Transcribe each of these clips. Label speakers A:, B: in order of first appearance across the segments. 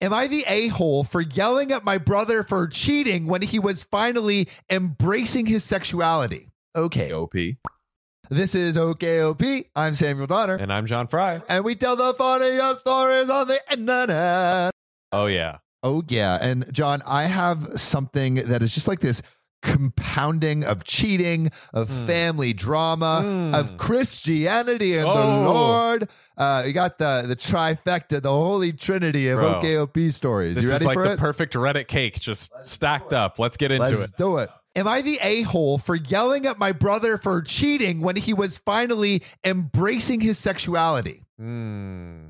A: Am I the a hole for yelling at my brother for cheating when he was finally embracing his sexuality? Okay.
B: OP.
A: This is OKOP. I'm Samuel Donner.
B: And I'm John Fry.
A: And we tell the funniest stories on the internet.
B: Oh, yeah.
A: Oh, yeah. And John, I have something that is just like this compounding of cheating, of
B: Hmm.
A: family drama,
B: Hmm.
A: of Christianity and the
B: Oh.
A: Lord. Uh, you got the, the trifecta, the holy trinity of
B: Bro.
A: OKOP stories.
B: This
A: you ready
B: is like
A: for
B: the
A: it?
B: perfect Reddit cake just stacked up. Let's get into
A: Let's
B: it.
A: do it. Am I the a hole for yelling at my brother for cheating when he was finally embracing his sexuality?
B: Hmm.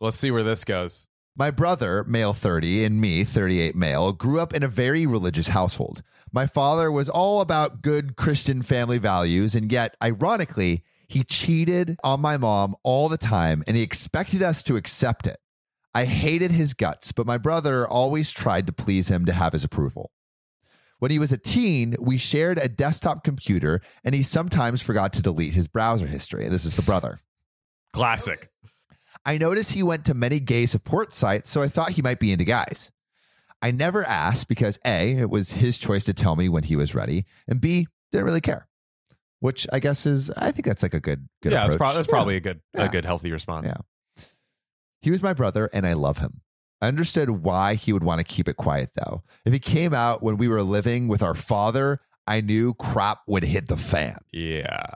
B: Let's see where this goes.
A: My brother, male 30, and me, 38 male, grew up in a very religious household. My father was all about good Christian family values, and yet, ironically, he cheated on my mom all the time and he expected us to accept it. I hated his guts, but my brother always tried to please him to have his approval. When he was a teen, we shared a desktop computer and he sometimes forgot to delete his browser history. This is the brother.
B: Classic.
A: I noticed he went to many gay support sites, so I thought he might be into guys. I never asked because A, it was his choice to tell me when he was ready, and B, didn't really care. Which I guess is I think that's like a good good
B: yeah,
A: approach.
B: that's, prob- that's
A: Yeah.
B: probably a good,
A: Yeah.
B: a good healthy response.
A: Yeah. He was my brother and I love him. I understood why he would want to keep it quiet though. If he came out when we were living with our father, I knew crap would hit the fan.
B: Yeah.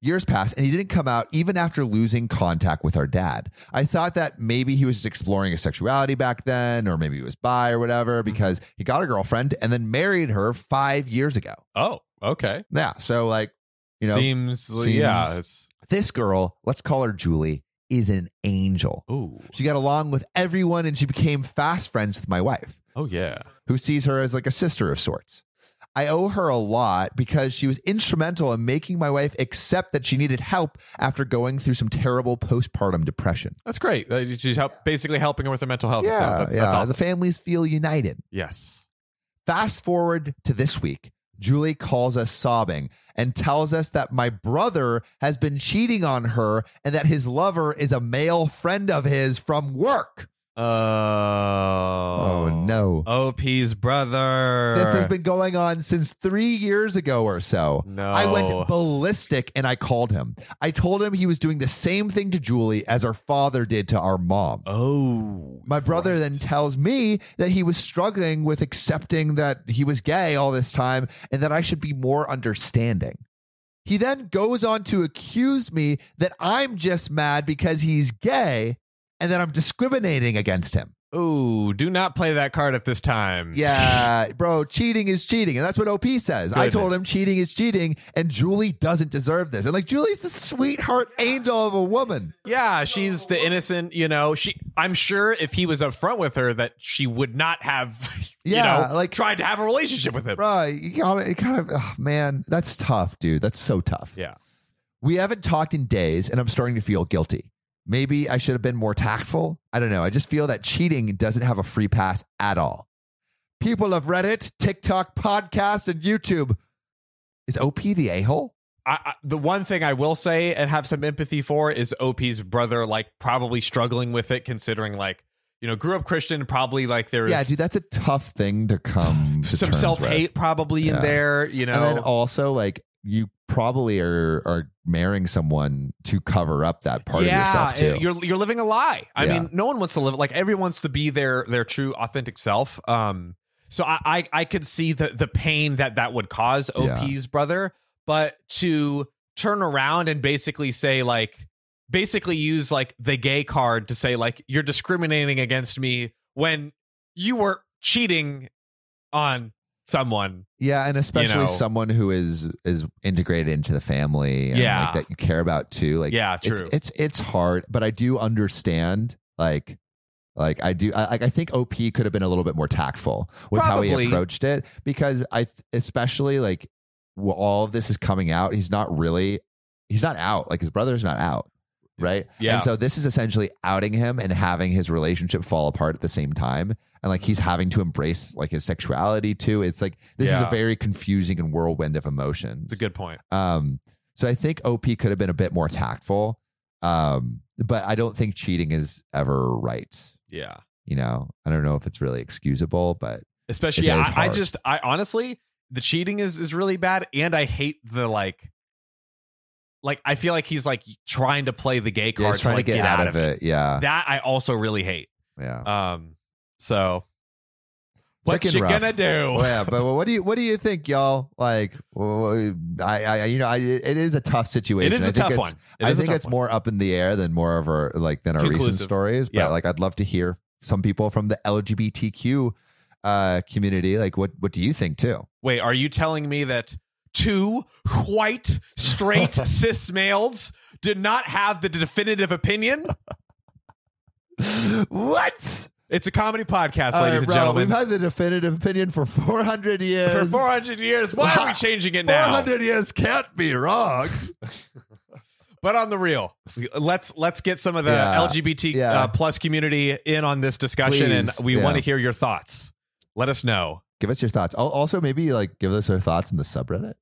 A: Years passed and he didn't come out even after losing contact with our dad. I thought that maybe he was just exploring his sexuality back then, or maybe he was bi or whatever, because he got a girlfriend and then married her five years ago.
B: Oh, okay.
A: Yeah. So, like, you know,
B: seems,
A: seems-
B: yeah. it's-
A: this girl, let's call her Julie, is an angel.
B: Ooh.
A: She got along with everyone and she became fast friends with my wife.
B: Oh, yeah.
A: who sees her as like a sister of sorts. I owe her a lot because she was instrumental in making my wife accept that she needed help after going through some terrible postpartum depression.
B: That's great. Uh, She's help, basically helping her with her mental health. and
A: yeah,
B: stuff. Oh, That's,
A: yeah.
B: that's awesome.
A: The families feel united.
B: Yes.
A: Fast forward to this week. Julie calls us sobbing and tells us that my brother has been cheating on her and that his lover is a male friend of his from work.
B: Oh.
A: Oh,
B: Oh,
A: no.
B: OP's brother.
A: This has been going on since three years ago or so.
B: No.
A: I went ballistic and I called him. I told him he was doing the same thing to Julie as our father did to our mom.
B: Oh.
A: My brother
B: right.
A: then tells me that he was struggling with accepting that he was gay all this time and that I should be more understanding. He then goes on to accuse me that I'm just mad because he's gay and that I'm discriminating against him.
B: Ooh, do not play that card at this time.
A: Yeah, bro, cheating is cheating. And that's what OP says. I told
B: Goodness.
A: him cheating is cheating, and Julie doesn't deserve this. And like, Julie's the sweetheart angel of a woman.
B: Yeah, she's the innocent, you know. She I'm sure if he was upfront with her that she would not have you
A: Yeah,
B: know
A: like-
B: tried to have a relationship with him.
A: Bro, you gotta, it kind of, oh, man, that's tough, dude. That's so tough.
B: Yeah.
A: We haven't talked in days, and I'm starting to feel guilty. Maybe I should have been more tactful. I don't know. I just feel that cheating doesn't have a free pass at all. People of Reddit, TikTok, podcast, and YouTube. Is OP the a hole?
B: I, I, the one thing I will say and have some empathy for is OP's brother like probably struggling with it considering like, you know, grew up Christian, probably like there is
A: Yeah, dude, that's a tough thing to come to
B: some
A: terms
B: self
A: with.
B: hate probably
A: Yeah.
B: in there, you know.
A: And then also, like, you probably are are marrying someone to cover up that part
B: yeah,
A: of yourself
B: uh,
A: too.
B: You're you're living a lie. I
A: Yeah.
B: mean, no one wants to live like everyone wants to be their their true authentic self. Um, so I I, I could see the the pain that that would cause
A: Yeah.
B: OP's brother, but to turn around and basically say like basically use like the gay card to say like you're discriminating against me when you were cheating on someone.
A: yeah, and especially
B: know.
A: someone who is is integrated into the family. And
B: Yeah.
A: like, that you care about too. Like,
B: yeah,
A: it's,
B: true.
A: it's it's hard, but I do understand. Like, like I do. I, I think OP could have been a little bit more tactful with how he
B: Probably.
A: approached it because I, th- especially like, while all of this is coming out. He's not really. He's not out. Like his brother's not out. Right.
B: Yeah.
A: And so this is essentially outing him and having his relationship fall apart at the same time. And like he's having to embrace like his sexuality too. It's like this is a
B: Yeah.
A: very confusing and whirlwind of emotions.
B: it's a good point.
A: Um, so I think OP could have been a bit more tactful. Um, but I don't think cheating is ever right.
B: Yeah.
A: you know, I don't know if it's really excusable, but
B: Especially,
A: It is
B: yeah, I, I
A: hard.
B: just, I honestly, the cheating is is really bad, and I hate the like, like I feel like he's like trying to play the gay
A: yeah,
B: card
A: he's trying to
B: like,
A: get, out, of it. Yeah.
B: That I also really hate.
A: yeah.
B: Um, so what
A: Frickin'
B: you
A: rough.
B: gonna do?
A: Well, yeah, but what do you what do you think, y'all? Like, well, I, I, you know, I, it is a tough
B: It
A: situation.
B: is
A: I
B: a
A: think
B: tough
A: it's-
B: one. It
A: I
B: is a
A: think
B: tough
A: it's
B: one.
A: more up in the air than more of our like than our recent
B: Conclusive.
A: stories. But
B: Yeah.
A: like, I'd love to hear some people from the LGBTQ uh, community. Like, what what do you think too?
B: Wait, are you telling me that two white, straight, cis males did not have the definitive opinion?
A: what?
B: It's a comedy podcast,
A: All right,
B: ladies and
A: bro,
B: gentlemen.
A: we've had the definitive opinion for four hundred years.
B: For 400 years, why are we changing it now?
A: 400 years can't be wrong.
B: But on the real, let's let's get some of the
A: Yeah.
B: LGBT
A: Yeah.
B: uh, plus community in on this discussion,
A: Please.
B: and we
A: Yeah.
B: want to hear your thoughts. Let us know.
A: give us your thoughts. Al- Also, maybe like give us our thoughts in the subreddit.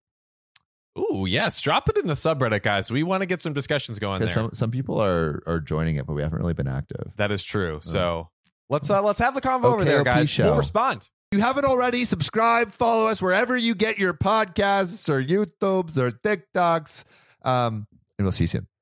B: Ooh, yes, drop it in the subreddit, guys. We want to get some discussions going there.
A: Because some some people are are joining it, but we haven't really been active.
B: that is true.
A: Uh.
B: So let's uh, let's have the convo over there,
A: OKOP
B: guys.
A: show.
B: We'll respond.
A: If you haven't already, subscribe, follow us wherever you get your podcasts or YouTubes or TikToks. Um, and we'll see you soon.